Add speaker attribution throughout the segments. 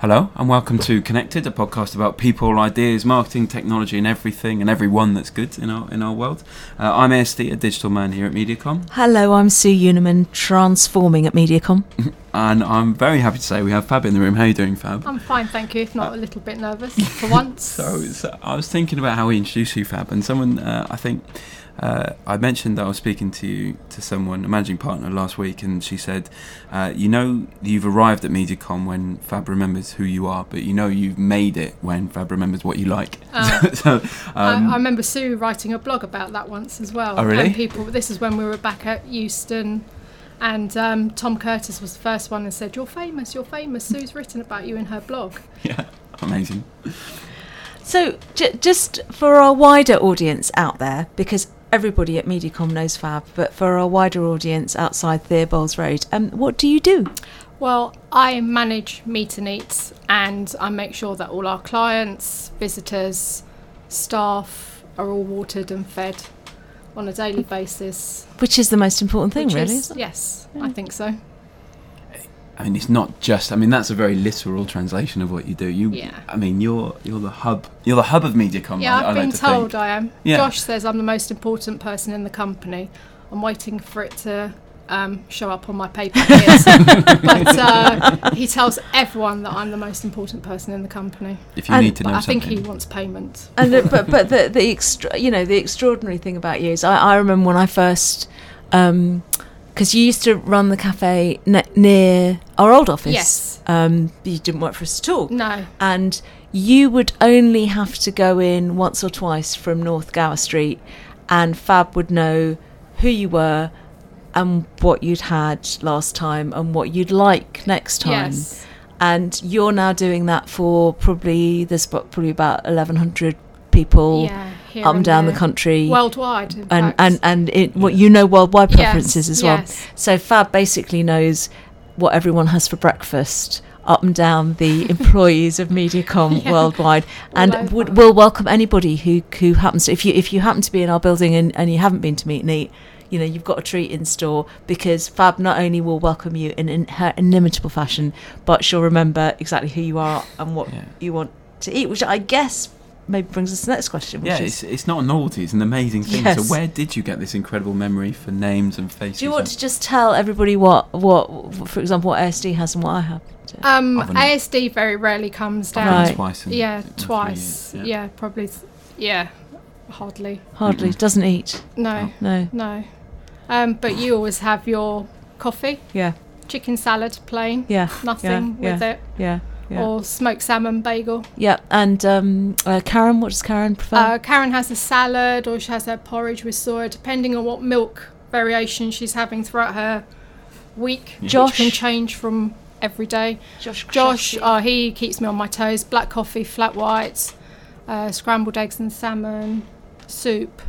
Speaker 1: Hello, and welcome to Connected, a podcast about people, ideas, marketing, technology, and everything and everyone that's good in our in our world. Uh, I'm ASD, a digital man here at MediaCom,
Speaker 2: Hello, I'm Sue Uniman, transforming at MediaCom.
Speaker 1: and I'm very happy to say we have Fab in the room. How are you doing, Fab?
Speaker 3: I'm fine, thank you. If not, a little bit nervous for once.
Speaker 1: So, so I was thinking about how we introduce you, Fab, and someone uh, I think uh, I mentioned that I was speaking to you to someone, a managing partner, last week, and she said, uh, "You know, you've arrived at MediaCom when Fab remembers who you are, but you know you've made it when Fab remembers what you like."
Speaker 3: Uh,
Speaker 1: so, um,
Speaker 3: I, I remember Sue writing a blog about that once as well.
Speaker 1: Oh, really?
Speaker 3: And people, this is when we were back at Euston, and um, Tom Curtis was the first one and said, "You're famous. You're famous." Sue's written about you in her blog.
Speaker 1: yeah, amazing.
Speaker 2: So, j- just for our wider audience out there, because everybody at MediaCom knows Fab, but for our wider audience outside Theobald's Road, um, what do you do?
Speaker 3: Well, I manage meet and eats, and I make sure that all our clients, visitors, staff are all watered and fed on a daily basis.
Speaker 2: Which is the most important thing,
Speaker 3: which
Speaker 2: really?
Speaker 3: is-
Speaker 2: isn't it?
Speaker 3: yes, I think so.
Speaker 1: I mean, it's not just. I mean, that's a very literal translation of what you do. You,
Speaker 3: Yeah.
Speaker 1: I mean, you're you're the hub. You're the hub of MediaCom. I,
Speaker 3: Yeah, I've
Speaker 1: I
Speaker 3: been
Speaker 1: like to think.
Speaker 3: told I am.
Speaker 1: Yeah.
Speaker 3: Josh says I'm the most important person in the company. I'm waiting for it to um, show up on my paper. Yes. but uh, he tells everyone that I'm the most important person in the company.
Speaker 1: If you
Speaker 2: And-
Speaker 1: need to
Speaker 3: But
Speaker 1: know
Speaker 3: I
Speaker 1: something,
Speaker 3: think he wants payment.
Speaker 2: and the, but but the the extra, you know the extraordinary thing about you is I, I remember when I first because you used to run the cafe ne- near our old office.
Speaker 3: Yes.
Speaker 2: um, you didn't work for us at all.
Speaker 3: No.
Speaker 2: and you would only have to go in once or twice from North Gower Street, and Fab would know who you were and what you'd had last time and what you'd like next time.
Speaker 3: Yes.
Speaker 2: And you're now doing that for probably there's pro- probably about 1,100 people
Speaker 3: Yeah. here
Speaker 2: up and down the
Speaker 3: there.
Speaker 2: country
Speaker 3: Worldwide. In
Speaker 2: and
Speaker 3: fact.
Speaker 2: and and it, what you know worldwide
Speaker 3: Yes,
Speaker 2: preferences as well.
Speaker 3: yes.
Speaker 2: So Fab basically knows what everyone has for breakfast up and down the employees of MediaCom
Speaker 3: Yeah.
Speaker 2: worldwide,
Speaker 3: All
Speaker 2: and
Speaker 3: over.
Speaker 2: would, will welcome anybody who who happens to if you if you happen to be in our building and, and you haven't been to Meet and Eat. You know, you've got a treat in store because Fab not only will welcome you in, in her inimitable fashion, but she'll remember exactly who you are and what
Speaker 1: Yeah.
Speaker 2: you want to eat, which I guess maybe brings us to the next question. Which
Speaker 1: yeah,
Speaker 2: is,
Speaker 1: it's, it's not a novelty. It's an amazing thing. So,
Speaker 2: Yes.
Speaker 1: where did you get this incredible memory for names and faces?
Speaker 2: Do you want
Speaker 1: and-
Speaker 2: to just tell everybody what, what for example, what ASD has and what I have?
Speaker 3: um,
Speaker 1: Oven.
Speaker 3: ASD very rarely comes
Speaker 1: I've done
Speaker 3: down.
Speaker 2: Right.
Speaker 1: twice in-
Speaker 3: Yeah,
Speaker 1: in three
Speaker 3: twice.
Speaker 1: years,
Speaker 3: yeah. probably. s- Yeah, hardly.
Speaker 2: Hardly
Speaker 1: Mm-mm.
Speaker 2: doesn't eat.
Speaker 3: No,
Speaker 2: No.
Speaker 3: no. Um, but you always have your coffee.
Speaker 2: Yeah.
Speaker 3: chicken salad plain
Speaker 2: Yeah.
Speaker 3: nothing
Speaker 2: yeah,
Speaker 3: with it
Speaker 2: Yeah. Yeah.
Speaker 3: or smoked salmon bagel
Speaker 2: yeah. And um, uh, Karen, what does Karen prefer?
Speaker 3: uh, karen has a salad or she has her porridge with soy depending on what milk variation she's having throughout her week which
Speaker 2: Josh.
Speaker 3: can change from every day
Speaker 2: Josh.
Speaker 3: josh oh he keeps me on my toes black coffee flat whites uh, scrambled eggs and salmon soup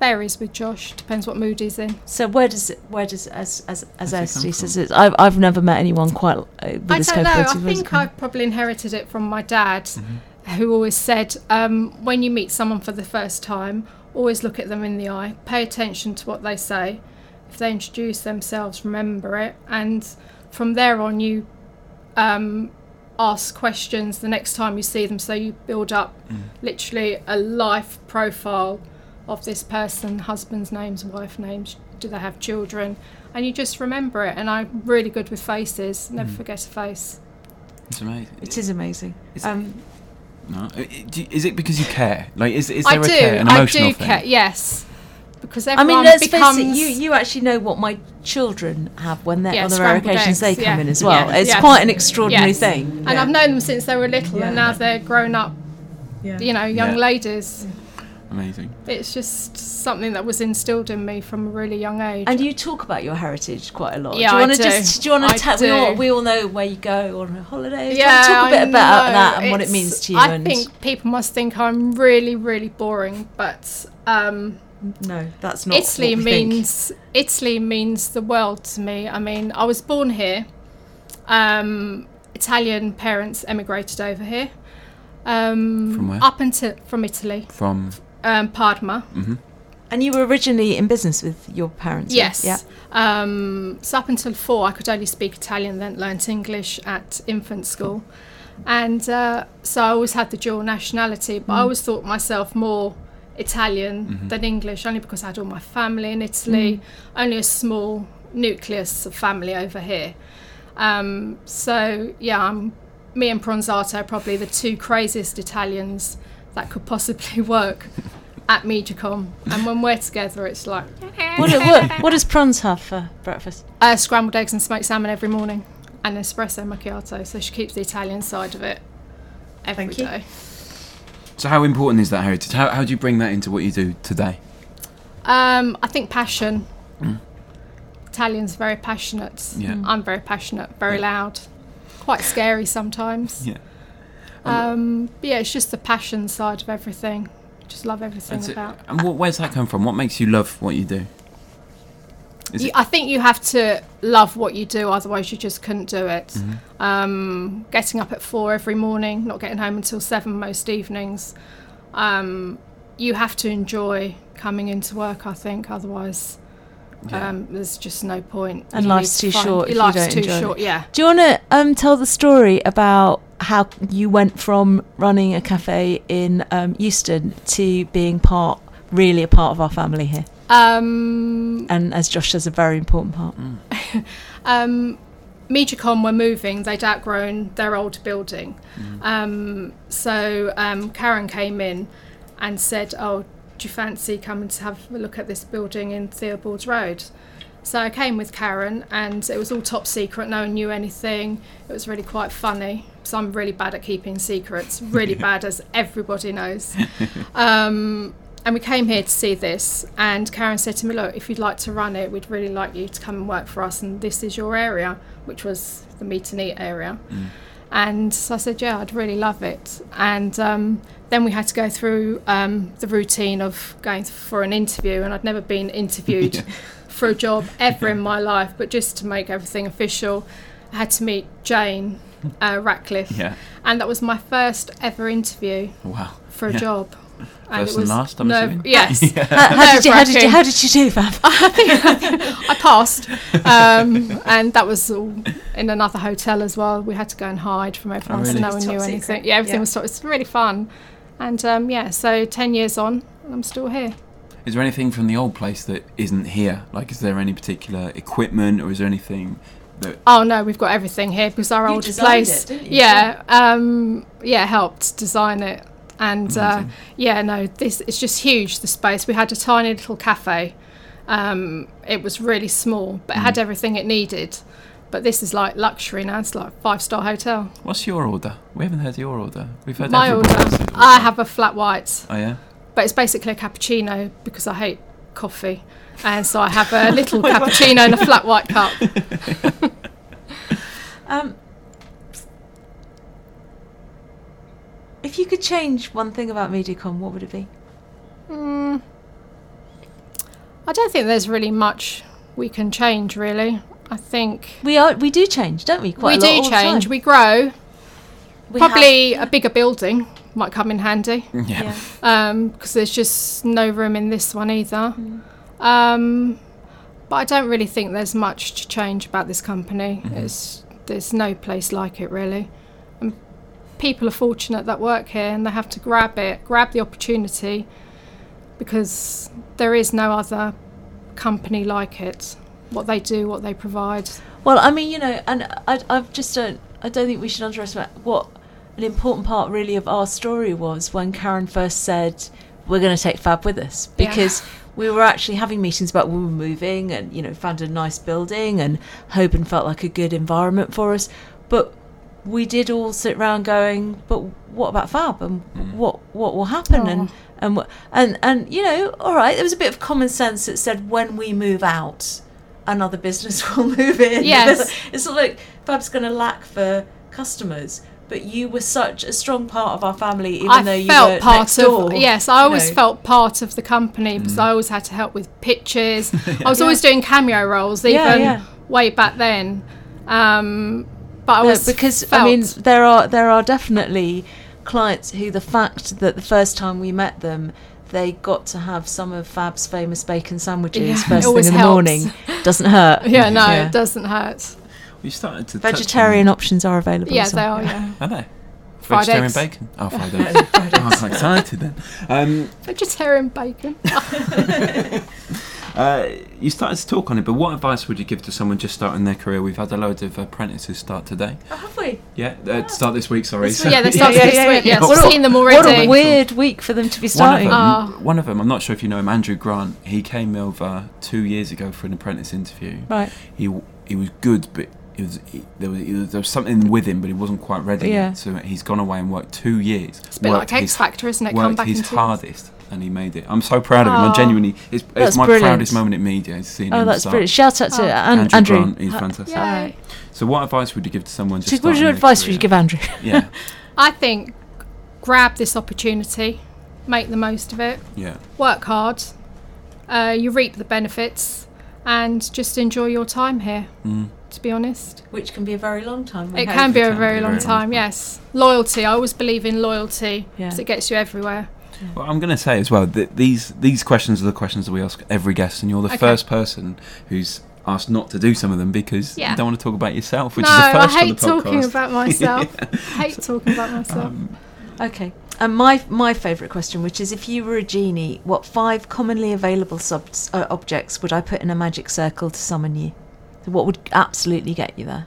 Speaker 3: varies with josh depends what mood he's in
Speaker 2: so where does it? Where does as as as
Speaker 1: Where's it come
Speaker 2: ASD says
Speaker 1: from?
Speaker 2: it's? I've I've never met anyone quite uh, with
Speaker 3: I
Speaker 2: this
Speaker 3: don't know. I
Speaker 2: capability. Where does it
Speaker 3: think
Speaker 2: come
Speaker 3: I probably inherited it from my dad, who always said, um, when you meet someone for the first time, always look at them in the eye, pay attention to what they say. If they introduce themselves, remember it, and from there on, you um, ask questions the next time you see them. So you build up literally a life profile of this person husband's names, wife names, do they have children? And you just remember it. And I'm really good with faces, never forget a face.
Speaker 1: It's amazing.
Speaker 2: It is amazing.
Speaker 1: Is it-
Speaker 2: Um,
Speaker 1: No. I- I- do- Is it because you care? Like, is, is there
Speaker 3: I
Speaker 1: a
Speaker 3: do,
Speaker 1: care, an
Speaker 3: I
Speaker 1: emotional
Speaker 3: do
Speaker 1: thing?
Speaker 3: care, yes. Because
Speaker 2: I
Speaker 3: everyone
Speaker 2: mean, let's
Speaker 3: becomes.
Speaker 2: face it. You you actually know what my children have when they're
Speaker 3: Yeah,
Speaker 2: on the rare
Speaker 3: scrambled
Speaker 2: occasions they
Speaker 3: eggs,
Speaker 2: come
Speaker 3: yeah,
Speaker 2: in as well.
Speaker 3: yeah,
Speaker 2: it's
Speaker 3: yeah.
Speaker 2: quite an extraordinary
Speaker 3: Yes.
Speaker 2: thing.
Speaker 3: and I've known them since they were little, and
Speaker 2: Yeah.
Speaker 3: now they're grown up,
Speaker 2: Yeah.
Speaker 3: you know, young
Speaker 1: Yeah.
Speaker 3: ladies.
Speaker 1: Amazing.
Speaker 3: It's just something that was instilled in me from a really young age.
Speaker 2: And you talk about your heritage quite a lot.
Speaker 3: Yeah,
Speaker 2: do you
Speaker 3: I
Speaker 2: wanna
Speaker 3: do.
Speaker 2: just do you want
Speaker 3: I
Speaker 2: to tell we all
Speaker 3: do.
Speaker 2: we all know where you go on holidays?
Speaker 3: Yeah,
Speaker 2: do you wanna talk a
Speaker 3: I
Speaker 2: bit about
Speaker 3: know.
Speaker 2: that and what it
Speaker 3: It's-
Speaker 2: means to you
Speaker 3: I
Speaker 2: and
Speaker 3: think people must think I'm really, really boring, but um,
Speaker 2: no, that's not
Speaker 3: Italy
Speaker 2: what we think.
Speaker 3: means Italy means the world to me. I mean, I was born here. Um, Italian parents emigrated over here. Um,
Speaker 1: From where?
Speaker 3: Up until from Italy,
Speaker 1: From
Speaker 3: um, Parma.
Speaker 2: And you were originally in business with your parents? right?
Speaker 3: Yes.
Speaker 2: Yeah.
Speaker 3: Um, so up until four, I could only speak Italian, then learnt English at infant school. And uh, so I always had the dual nationality, but I always thought myself more Italian than English, only because I had all my family in Italy, only a small nucleus of family over here. Um, so yeah, I'm, me and Pronzato are probably the two craziest Italians that could possibly work at MediaCom. And when we're together, it's like
Speaker 2: What, what, what does prawns have for breakfast?
Speaker 3: uh, scrambled eggs and smoked salmon every morning, and espresso macchiato. So she keeps the Italian side of it every
Speaker 2: Thank
Speaker 3: day.
Speaker 2: you.
Speaker 1: So how important is that heritage? How, how do you bring that into what you do today?
Speaker 3: Um, I think passion. Italians are very passionate.
Speaker 1: Yeah. Mm.
Speaker 3: I'm very passionate, very loud, quite scary sometimes.
Speaker 1: Yeah.
Speaker 3: Um, but yeah, it's just the passion side of everything. Just love everything
Speaker 1: That's it.
Speaker 3: about.
Speaker 1: And what, where's that come from? What makes you love what you do? Is
Speaker 3: You,
Speaker 1: it-
Speaker 3: I think you have to love what you do, otherwise you just couldn't do it.
Speaker 1: Mm-hmm.
Speaker 3: Um, getting up at four every morning, not getting home until seven most evenings. Um, you have to enjoy coming into work, I think. Otherwise,
Speaker 1: Yeah.
Speaker 3: um, there's just no point.
Speaker 2: And
Speaker 3: You
Speaker 2: life's
Speaker 3: need to
Speaker 2: too short if you
Speaker 3: Life's
Speaker 2: don't
Speaker 3: too
Speaker 2: enjoy it.
Speaker 3: short. Yeah.
Speaker 2: Do you want to um, tell the story about how you went from running a cafe in um, Euston to being part, really a part of our family here?
Speaker 3: Um,
Speaker 2: And as Josh says, a very important part.
Speaker 3: um, MediaCom were moving, they'd outgrown their old building. Um, so um, Karen came in and said, Oh, do you fancy coming to have a look at this building in Theobald's Road? So I came with Karen and it was all top secret, no one knew anything. It was really quite funny. So I'm really bad at keeping secrets, really bad as everybody knows. Um, and we came here to see this, and Karen said to me, Look, if you'd like to run it, we'd really like you to come and work for us, and this is your area, which was the meet and eat area. And so I said, Yeah, I'd really love it. And um, then we had to go through um, the routine of going for an interview, and I'd never been interviewed for a job ever in my life, but just to make everything official, I had to meet Jane uh, Ratcliffe.
Speaker 1: Yeah.
Speaker 3: And that was my first ever interview
Speaker 1: Wow.
Speaker 3: for a
Speaker 1: Yeah.
Speaker 3: job.
Speaker 1: First and last, I'm
Speaker 3: no,
Speaker 1: assuming?
Speaker 3: Yes.
Speaker 2: How, how did you, how, did you,
Speaker 3: Nerve-wracking.
Speaker 2: how did you do, Fab?
Speaker 3: I passed. Um, and that was all in another hotel as well. We had to go and hide from everyone,
Speaker 1: Oh, really?
Speaker 3: so no
Speaker 2: It's
Speaker 3: one
Speaker 2: top
Speaker 3: knew
Speaker 2: secret.
Speaker 3: anything. Yeah, everything
Speaker 2: Yeah.
Speaker 3: was so It's really fun. And um, yeah, so 10 years on, I'm still here.
Speaker 1: Is there anything from the old place that isn't here? Like, is there any particular equipment or is there anything that.
Speaker 3: Oh no, we've got everything here because our
Speaker 2: You
Speaker 3: old
Speaker 2: designed
Speaker 3: place.
Speaker 2: it, didn't you?
Speaker 3: Yeah, um, yeah, helped design it, and uh,
Speaker 1: Amazing.
Speaker 3: yeah, no, this it's just huge. The space we had a tiny little cafe. Um, it was really small, but it had everything it needed. But this is like luxury now. It's like five star hotel.
Speaker 1: What's your order? We haven't heard your order. We've heard
Speaker 3: My order,
Speaker 1: everybody else's order.
Speaker 3: I have a flat white,
Speaker 1: Oh, yeah?
Speaker 3: but it's basically a cappuccino because I hate coffee, and so I have a little cappuccino in a flat white cup.
Speaker 2: Um, if you could change one thing about MediaCom, what would it be?
Speaker 3: Mm, I don't think there's really much we can change, really. I think
Speaker 2: We are we do change, don't we? Quite
Speaker 3: we
Speaker 2: a lot
Speaker 3: do
Speaker 2: all the
Speaker 3: change,
Speaker 2: time.
Speaker 3: we grow.
Speaker 2: We have-
Speaker 3: Probably a bigger building might come in handy
Speaker 1: Yeah.
Speaker 2: yeah.
Speaker 3: because Um, there's just no room in this one either. Um, but I don't really think there's much to change about this company. It's there's no place like it really. And people are fortunate that work here and they have to grab it, grab the opportunity, because there is no other company like it. What they do, what they provide.
Speaker 2: Well, I mean, you know, and I, I've just don't. I don't think we should underestimate what an important part really of our story was when Karen first said we're going to take Fab with us
Speaker 3: Yeah.
Speaker 2: because we were actually having meetings about when we were moving and you know found a nice building and Hoban felt like a good environment for us, but we did all sit round going, but what about Fab and what what will happen
Speaker 3: Oh.
Speaker 2: and and wha- and and you know, all right, there was a bit of common sense that said when we move out, another business will move in.
Speaker 3: Yes.
Speaker 2: it's not like Fab's going to lack for customers. But you were such a strong part of our family, even though
Speaker 3: I
Speaker 2: you
Speaker 3: felt
Speaker 2: were
Speaker 3: part
Speaker 2: next door,
Speaker 3: of yes. I
Speaker 2: you
Speaker 3: always
Speaker 2: know.
Speaker 3: felt part of the company
Speaker 1: Mm.
Speaker 3: because I always had to help with pictures. I was
Speaker 2: Yeah.
Speaker 3: always doing cameo roles, even
Speaker 2: Yeah, yeah.
Speaker 3: way back then. Um, but I
Speaker 2: No,
Speaker 3: was
Speaker 2: Oh, because
Speaker 3: felt,
Speaker 2: I mean there are there are definitely clients who the fact that the first time we met them they got to have some of Fab's famous bacon sandwiches
Speaker 3: Yeah, it
Speaker 2: first thing in
Speaker 3: always
Speaker 2: the
Speaker 3: helps.
Speaker 2: morning. Doesn't hurt.
Speaker 3: Yeah, no,
Speaker 2: Yeah.
Speaker 3: it doesn't hurt.
Speaker 1: We started to touch on-
Speaker 2: Vegetarian options are available.
Speaker 3: Yeah,
Speaker 2: so-
Speaker 3: they are. Yeah,
Speaker 1: Are they?
Speaker 3: Fried
Speaker 1: Vegetarian
Speaker 3: eggs.
Speaker 1: bacon. Oh, fried eggs. I was excited then. Um,
Speaker 3: vegetarian bacon.
Speaker 1: uh, you started to talk on it, but what advice would you give to someone just starting their career? We've had a load of apprentices start today.
Speaker 2: Oh, have we?
Speaker 1: Yeah, uh, start this week. Sorry.
Speaker 2: This
Speaker 1: So-
Speaker 2: week.
Speaker 3: yeah, they started
Speaker 2: yeah,
Speaker 3: this
Speaker 2: yeah,
Speaker 3: week.
Speaker 2: yeah.
Speaker 3: Yeah,
Speaker 2: What
Speaker 3: I've
Speaker 2: a-
Speaker 3: seen them
Speaker 2: What
Speaker 3: already.
Speaker 2: a weird week for them to
Speaker 1: One
Speaker 2: be
Speaker 1: of,
Speaker 2: starting.
Speaker 1: them,
Speaker 3: Ah.
Speaker 1: one of them, I'm not sure if you know him, Andrew Grant. He came over two years ago for an apprentice interview.
Speaker 2: Right.
Speaker 1: He he was good, but it was, he, there, was, he was there was something with him, but he wasn't quite ready.
Speaker 2: Yeah.
Speaker 1: Yet. So he's gone away and worked two years.
Speaker 3: It's a bit
Speaker 1: worked
Speaker 3: like X
Speaker 1: his-
Speaker 3: Factor, isn't it? Come
Speaker 1: worked
Speaker 3: back
Speaker 1: his
Speaker 3: and
Speaker 1: hardest, and he made it. I'm so proud of him. I'm
Speaker 3: Aw.
Speaker 1: genuinely, it's, it's
Speaker 2: That's
Speaker 1: my
Speaker 2: brilliant.
Speaker 1: proudest moment at media. is Seeing
Speaker 2: Oh,
Speaker 1: him
Speaker 2: that's
Speaker 1: start.
Speaker 2: brilliant. Shout out to
Speaker 3: Oh.
Speaker 2: An-
Speaker 1: Andrew,
Speaker 2: Andrew.
Speaker 1: Grant, he's
Speaker 2: Ha-
Speaker 1: fantastic.
Speaker 3: Yeah.
Speaker 1: So, what advice would you give to someone just?
Speaker 2: So what
Speaker 1: starting
Speaker 2: your
Speaker 1: their
Speaker 2: advice would you give
Speaker 1: career?
Speaker 2: Andrew?
Speaker 1: Yeah,
Speaker 3: I think grab this opportunity, make the most of it,
Speaker 1: yeah.
Speaker 3: work hard, uh, you reap the benefits, and just enjoy your time here. To be honest,
Speaker 2: Which can be a very long time.
Speaker 3: it can be
Speaker 1: it
Speaker 3: a
Speaker 1: can
Speaker 3: very long time. Yes, loyalty. I always believe in loyalty
Speaker 2: Yeah.
Speaker 3: because it gets you everywhere.
Speaker 1: Well, I'm going to say as well that these these questions are the questions that we ask every guest, and you're the
Speaker 3: Okay.
Speaker 1: first person who's asked not to do some of them because
Speaker 3: Yeah.
Speaker 1: you don't want to talk about yourself, which
Speaker 3: no,
Speaker 1: is the
Speaker 3: I
Speaker 1: first on
Speaker 3: hate
Speaker 1: the podcast.
Speaker 3: talking about myself. Hate talking about myself.
Speaker 2: Okay. And my my favourite question, which is, if you were a genie, what five commonly available subs, uh, objects would I put in a magic circle to summon you? So what would absolutely get you there?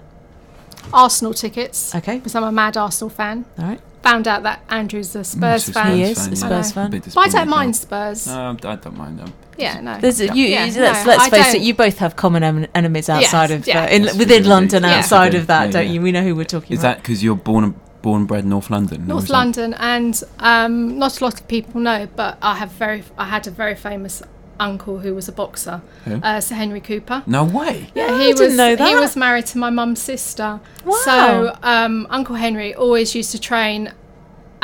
Speaker 3: Arsenal tickets.
Speaker 2: Okay.
Speaker 3: Because I'm a mad Arsenal fan.
Speaker 2: All right.
Speaker 3: Found out that Andrew's a Spurs
Speaker 1: Must be
Speaker 3: fan.
Speaker 2: He
Speaker 1: Spurs
Speaker 2: is
Speaker 1: fan,
Speaker 2: a
Speaker 1: yeah.
Speaker 2: Spurs
Speaker 1: A
Speaker 2: fan.
Speaker 1: bit
Speaker 3: But I don't
Speaker 1: disappointed.
Speaker 3: mind Spurs.
Speaker 1: No, I don't mind them.
Speaker 3: yeah, no.
Speaker 2: There's a, you,
Speaker 3: Yeah,
Speaker 2: you- let's
Speaker 3: no,
Speaker 2: let's
Speaker 3: I
Speaker 2: face it.
Speaker 3: don't-
Speaker 2: You both have common en- enemies outside
Speaker 3: Yes,
Speaker 2: of
Speaker 3: yeah.
Speaker 2: uh, in,
Speaker 1: Yes, we
Speaker 2: within
Speaker 1: do,
Speaker 2: London,
Speaker 1: indeed.
Speaker 3: Yeah.
Speaker 2: outside
Speaker 1: Yeah,
Speaker 2: of that,
Speaker 1: yeah.
Speaker 2: don't you? We know who we're talking
Speaker 1: Is
Speaker 2: about.
Speaker 1: that because you're born born and bred North London? or
Speaker 3: North
Speaker 1: is that-
Speaker 3: London, and um, not a lot of people know, but I have very, I had a very famous uncle who was a boxer,
Speaker 1: Who?
Speaker 3: uh, Sir Henry Cooper.
Speaker 1: No way.
Speaker 3: Yeah,
Speaker 2: Oh,
Speaker 3: he
Speaker 2: I didn't
Speaker 3: was.
Speaker 2: know that.
Speaker 3: He was married to my mum's sister.
Speaker 2: Wow.
Speaker 3: So um, Uncle Henry always used to train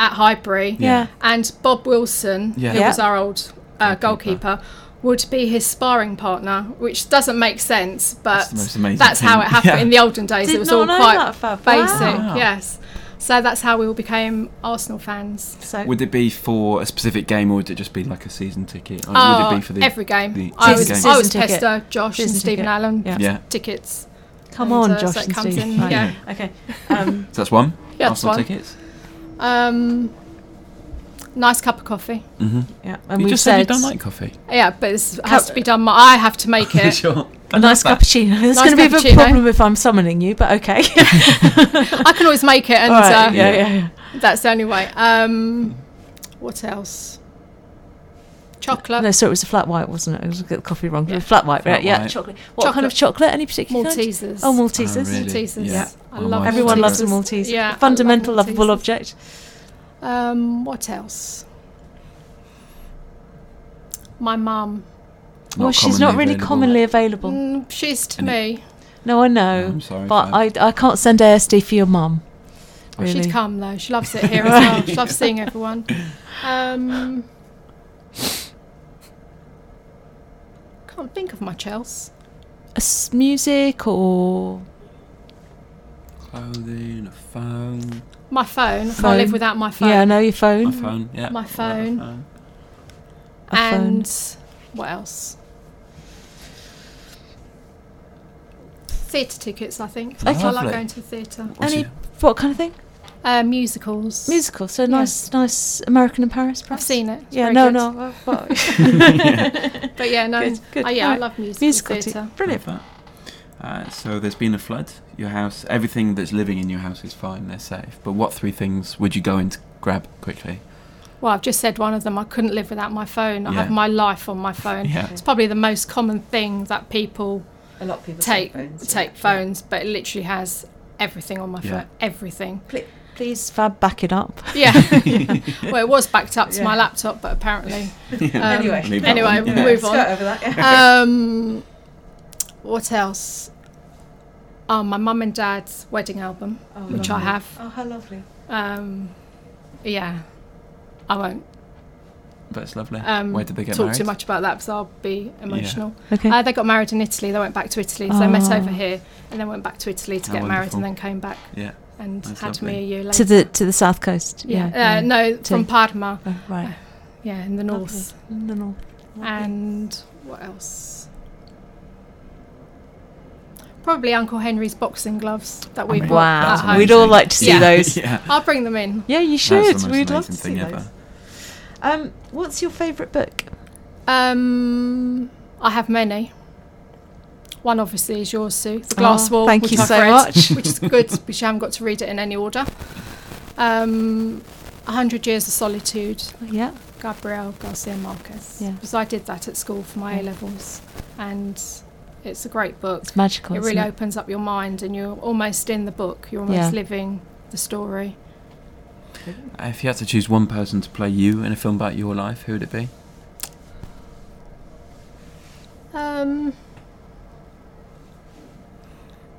Speaker 3: at Highbury.
Speaker 2: Yeah.
Speaker 3: And Bob Wilson,
Speaker 1: Yeah.
Speaker 3: who
Speaker 2: Yeah.
Speaker 3: was our old uh, goalkeeper. would be his sparring partner, which doesn't make sense, but
Speaker 1: the most amazing
Speaker 3: that's how it
Speaker 1: thing.
Speaker 3: happened
Speaker 1: Yeah.
Speaker 3: in the olden days.
Speaker 2: Did
Speaker 3: it was
Speaker 2: not
Speaker 3: all
Speaker 2: know
Speaker 3: quite
Speaker 2: that, Fab.
Speaker 3: basic,
Speaker 1: Wow.
Speaker 3: yes. So that's how we all became Arsenal fans.
Speaker 2: So
Speaker 1: Would it be for a specific game, or would it just be like a season ticket? Like,
Speaker 3: Oh,
Speaker 1: would it be for the
Speaker 3: every game.
Speaker 1: the
Speaker 3: I
Speaker 1: season
Speaker 3: was,
Speaker 1: game?
Speaker 3: I was
Speaker 2: Season ticket.
Speaker 3: Pester, Josh,
Speaker 2: Season
Speaker 3: and Stephen
Speaker 2: ticket.
Speaker 3: Allen.
Speaker 2: Yeah.
Speaker 1: Yeah.
Speaker 3: Tickets.
Speaker 2: come
Speaker 3: and,
Speaker 2: on,
Speaker 3: uh, so
Speaker 2: Josh
Speaker 3: it
Speaker 2: and
Speaker 3: comes
Speaker 2: Steve.
Speaker 3: in,
Speaker 2: Right.
Speaker 3: yeah.
Speaker 2: Okay. Um,
Speaker 1: So that's one.
Speaker 3: Yeah, that's
Speaker 1: Arsenal
Speaker 3: one.
Speaker 1: tickets.
Speaker 3: Um, nice cup of coffee.
Speaker 2: yeah. And
Speaker 1: Mm-hmm. you
Speaker 2: we've
Speaker 1: just said, you don't like coffee.
Speaker 3: Yeah, but it has to be done. My, I have to make it.
Speaker 1: sure.
Speaker 2: a nice cappuccino. That's
Speaker 3: Nice
Speaker 2: going to be a bit
Speaker 3: cappuccino.
Speaker 2: problem if I'm summoning you, but okay.
Speaker 3: I can always make it, and
Speaker 2: All right,
Speaker 3: uh,
Speaker 2: yeah, yeah, yeah.
Speaker 3: that's the only way. Um, what else? Chocolate.
Speaker 2: No, so it was a flat white, wasn't it? I was looking at the coffee wrong. Flat white,
Speaker 1: Flat
Speaker 2: right? Yeah,
Speaker 1: white.
Speaker 2: chocolate. What kind of chocolate? Any particular kind?
Speaker 3: Maltesers.
Speaker 2: Oh, Maltesers.
Speaker 1: Oh, really?
Speaker 3: Maltesers.
Speaker 1: Yeah.
Speaker 3: I
Speaker 1: Oh,
Speaker 3: love
Speaker 1: my
Speaker 2: Everyone loves a
Speaker 1: Maltesers.
Speaker 2: Maltese.
Speaker 3: Yeah, I love
Speaker 2: Fundamental lovable
Speaker 3: Maltesers.
Speaker 2: object.
Speaker 3: Um, what else? My mum.
Speaker 2: well, she's not really commonly available.
Speaker 3: Mm, she's to
Speaker 1: And
Speaker 3: me.
Speaker 2: No, I know.
Speaker 1: I'm sorry,
Speaker 2: But I, I can't send ASD for your mum. Really.
Speaker 3: She'd come though. She loves it here as well. She loves seeing everyone. Um, can't think of much else.
Speaker 2: A s- music or.
Speaker 1: Clothing, a phone,
Speaker 3: My phone. I can't live
Speaker 2: Phone.
Speaker 3: without my phone.
Speaker 2: Yeah, I know your
Speaker 1: my
Speaker 2: phone.
Speaker 1: phone. Yeah.
Speaker 3: My
Speaker 1: I love a
Speaker 3: phone.
Speaker 2: A phone.
Speaker 3: and what else? Theatre tickets, I think.
Speaker 2: Oh,
Speaker 1: Okay.
Speaker 3: I like
Speaker 1: Lovely.
Speaker 3: going to the theatre.
Speaker 1: What's
Speaker 2: Any.
Speaker 1: your-
Speaker 2: What kind of thing?
Speaker 3: Uh, musicals.
Speaker 2: Musical. So nice, nice American in Paris,
Speaker 3: I've
Speaker 2: perhaps?
Speaker 3: seen it. It's
Speaker 2: Yeah,
Speaker 3: very
Speaker 2: no,
Speaker 3: good.
Speaker 2: no. uh, well,
Speaker 3: But yeah, no.
Speaker 2: Good, good.
Speaker 3: Oh, yeah, I
Speaker 2: Alright.
Speaker 3: love musical,
Speaker 2: musical. t-
Speaker 3: theatre.
Speaker 2: Brilliant.
Speaker 1: Love that. Uh, so there's been a flood. Your house, everything that's living in your house is fine. They're safe. But what three things would you go and grab quickly?
Speaker 3: Well, I've just said one of them. I couldn't live without my phone. I have
Speaker 1: Yeah.
Speaker 3: my life on my phone.
Speaker 1: Yeah.
Speaker 3: It's probably the most common thing that people
Speaker 2: A lot of people
Speaker 3: take take phones, but it literally has everything on my
Speaker 1: Yeah.
Speaker 3: phone. Everything.
Speaker 2: Please, Fab, back it up.
Speaker 3: Yeah. well, it was backed up to my
Speaker 2: Yeah.
Speaker 3: laptop, but apparently. Um,
Speaker 2: Anyway.
Speaker 1: Leave that
Speaker 3: anyway,
Speaker 1: one.
Speaker 3: we'll
Speaker 1: Yeah.
Speaker 3: move on.
Speaker 2: over that.
Speaker 3: um, what else? Oh, my mum and dad's wedding album, which I have.
Speaker 2: Oh, how lovely.
Speaker 3: Um, yeah, I won't
Speaker 1: That's lovely.
Speaker 3: um,
Speaker 1: Where did they get
Speaker 3: talk
Speaker 1: married?
Speaker 3: too much about that because I'll be emotional.
Speaker 2: Okay.
Speaker 3: Uh, they got married in Italy. They went back to Italy, so they met
Speaker 2: Ah.
Speaker 3: over here and then went back to Italy to
Speaker 1: How
Speaker 3: get married,
Speaker 1: Oh, wonderful.
Speaker 3: and then came back
Speaker 1: Yeah.
Speaker 3: and
Speaker 1: That's
Speaker 3: had
Speaker 1: lovely.
Speaker 3: me a year later.
Speaker 2: to the to the south coast.
Speaker 3: yeah,
Speaker 2: Yeah. yeah.
Speaker 3: Uh, no, from Parma.
Speaker 2: Oh, right.
Speaker 3: yeah, in the north.
Speaker 2: No, no.
Speaker 3: And what else? Probably Uncle Henry's boxing gloves that we've
Speaker 1: mean,
Speaker 3: got uh,
Speaker 2: Wow.
Speaker 1: that's
Speaker 3: at home.
Speaker 2: We'd
Speaker 1: amazing.
Speaker 2: all like to see
Speaker 3: Yeah.
Speaker 2: those. yeah.
Speaker 1: yeah.
Speaker 3: I'll bring them in.
Speaker 2: you
Speaker 1: That's
Speaker 2: should.
Speaker 1: the most
Speaker 2: We'd love to
Speaker 1: amazing
Speaker 2: see
Speaker 1: thing
Speaker 2: those.
Speaker 1: ever.
Speaker 2: Um, what's your favourite book?
Speaker 3: Um, I have many. One obviously is yours, Sue. The Glass Wall.
Speaker 2: Ah, Thank
Speaker 3: which
Speaker 2: you
Speaker 3: I've
Speaker 2: so
Speaker 3: read,
Speaker 2: much.
Speaker 3: Which is good, which I haven't got to read it in any order. Um, A Hundred Years of Solitude,
Speaker 2: yeah.
Speaker 3: Gabriel Garcia Marquez.
Speaker 2: Yeah.
Speaker 3: Because I did that at school for my
Speaker 2: Yeah.
Speaker 3: A levels, and it's a great book.
Speaker 2: It's magical.
Speaker 3: it
Speaker 2: isn't
Speaker 3: really opens up your mind, and you're almost in the book. You're almost
Speaker 2: Yeah.
Speaker 3: living the story.
Speaker 1: If you had to choose one person to play you in a film about your life, who would it be?
Speaker 3: Um,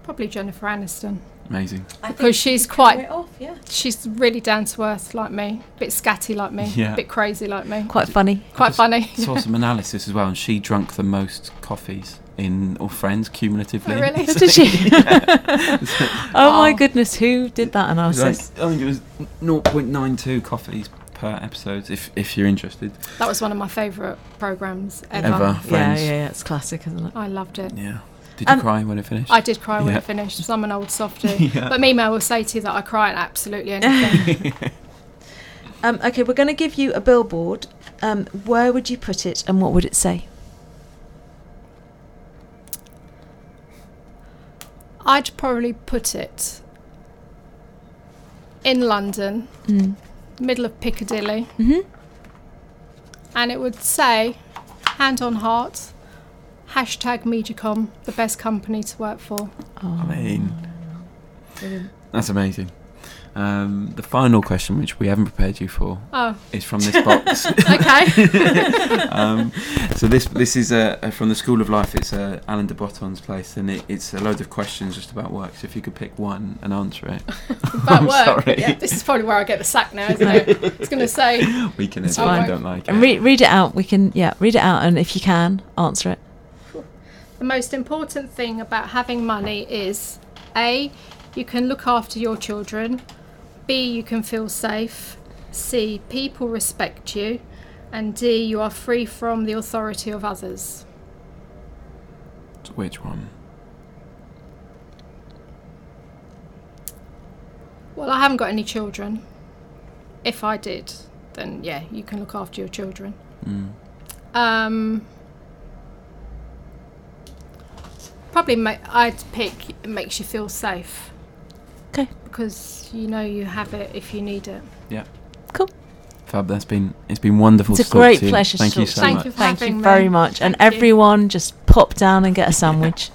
Speaker 3: probably Jennifer Aniston.
Speaker 1: Amazing.
Speaker 3: because she's quite
Speaker 2: Off, yeah.
Speaker 3: she's really down to earth like me a bit scatty like me
Speaker 1: Yeah.
Speaker 3: a bit crazy like me
Speaker 2: Quite funny.
Speaker 1: I
Speaker 3: quite
Speaker 1: just
Speaker 3: funny
Speaker 1: Saw some analysis as well, and she drunk the most coffees in All Friends cumulatively.
Speaker 3: Oh, really?
Speaker 2: Did she? oh my
Speaker 3: Oh.
Speaker 2: goodness, who did that
Speaker 1: It was
Speaker 2: analysis?
Speaker 1: like- I think it was 0.92 coffees per episode. If if you're interested,
Speaker 3: that was one of my favorite programs ever,
Speaker 1: Ever.
Speaker 2: Yeah,
Speaker 1: Friends.
Speaker 2: yeah, yeah, it's classic, isn't it?
Speaker 3: i loved it
Speaker 1: yeah. Did you
Speaker 2: And-
Speaker 1: cry when it finished?
Speaker 3: Um, i did cry when
Speaker 1: Yeah.
Speaker 3: it finished 'cause i'm an old softie
Speaker 1: Yeah.
Speaker 3: but Mima will say to you that i cry at absolutely anything
Speaker 2: Um, okay, we're going to give you a billboard. Um, where would you put it and what would it say?
Speaker 3: i'd probably put it in london
Speaker 2: Mm.
Speaker 3: middle of piccadilly
Speaker 2: hmm
Speaker 3: and it would say hand on heart hashtag mediacom the best company to work for
Speaker 2: Oh.
Speaker 1: I mean, that's amazing. Um, the final question, which we haven't prepared you for,
Speaker 3: oh
Speaker 1: is from this box.
Speaker 3: okay
Speaker 1: um, so this this is uh, from the School of Life. It's uh, Alan de Botton's place, and it, it's a load of questions just about work. So if you could pick one and answer it,
Speaker 3: about
Speaker 1: I'm
Speaker 3: work.
Speaker 1: sorry.
Speaker 3: Yeah, this is probably where I get the sack now, isn't it? It's going to say,
Speaker 1: we can
Speaker 2: It's
Speaker 1: edit if
Speaker 2: fine.
Speaker 1: you don't like it.
Speaker 2: And re- read it out. We can, yeah, read it out, and if you can, answer it.
Speaker 3: the most important thing about having money is A, you can look after your children, B, you can feel safe, C, people respect you, and D, you are free from the authority of others.
Speaker 1: Which one?
Speaker 3: Well, I haven't got any children. If I did, then yeah, you can look after your children.
Speaker 1: Mm.
Speaker 3: Um, probably ma- I'd pick it makes you feel safe.
Speaker 2: 'Kay.
Speaker 3: Because you know you have it if you need it.
Speaker 2: Cool.
Speaker 1: Fab, that's been it's been wonderful.
Speaker 2: It's a
Speaker 1: to talk
Speaker 2: great
Speaker 1: to you.
Speaker 2: pleasure to
Speaker 1: Thank you
Speaker 2: talk
Speaker 1: so
Speaker 2: to you.
Speaker 3: Thank
Speaker 1: much.
Speaker 3: you for
Speaker 2: Thank you
Speaker 3: having me.
Speaker 2: very much. and
Speaker 3: Thank you.
Speaker 2: everyone, just pop down and get a sandwich.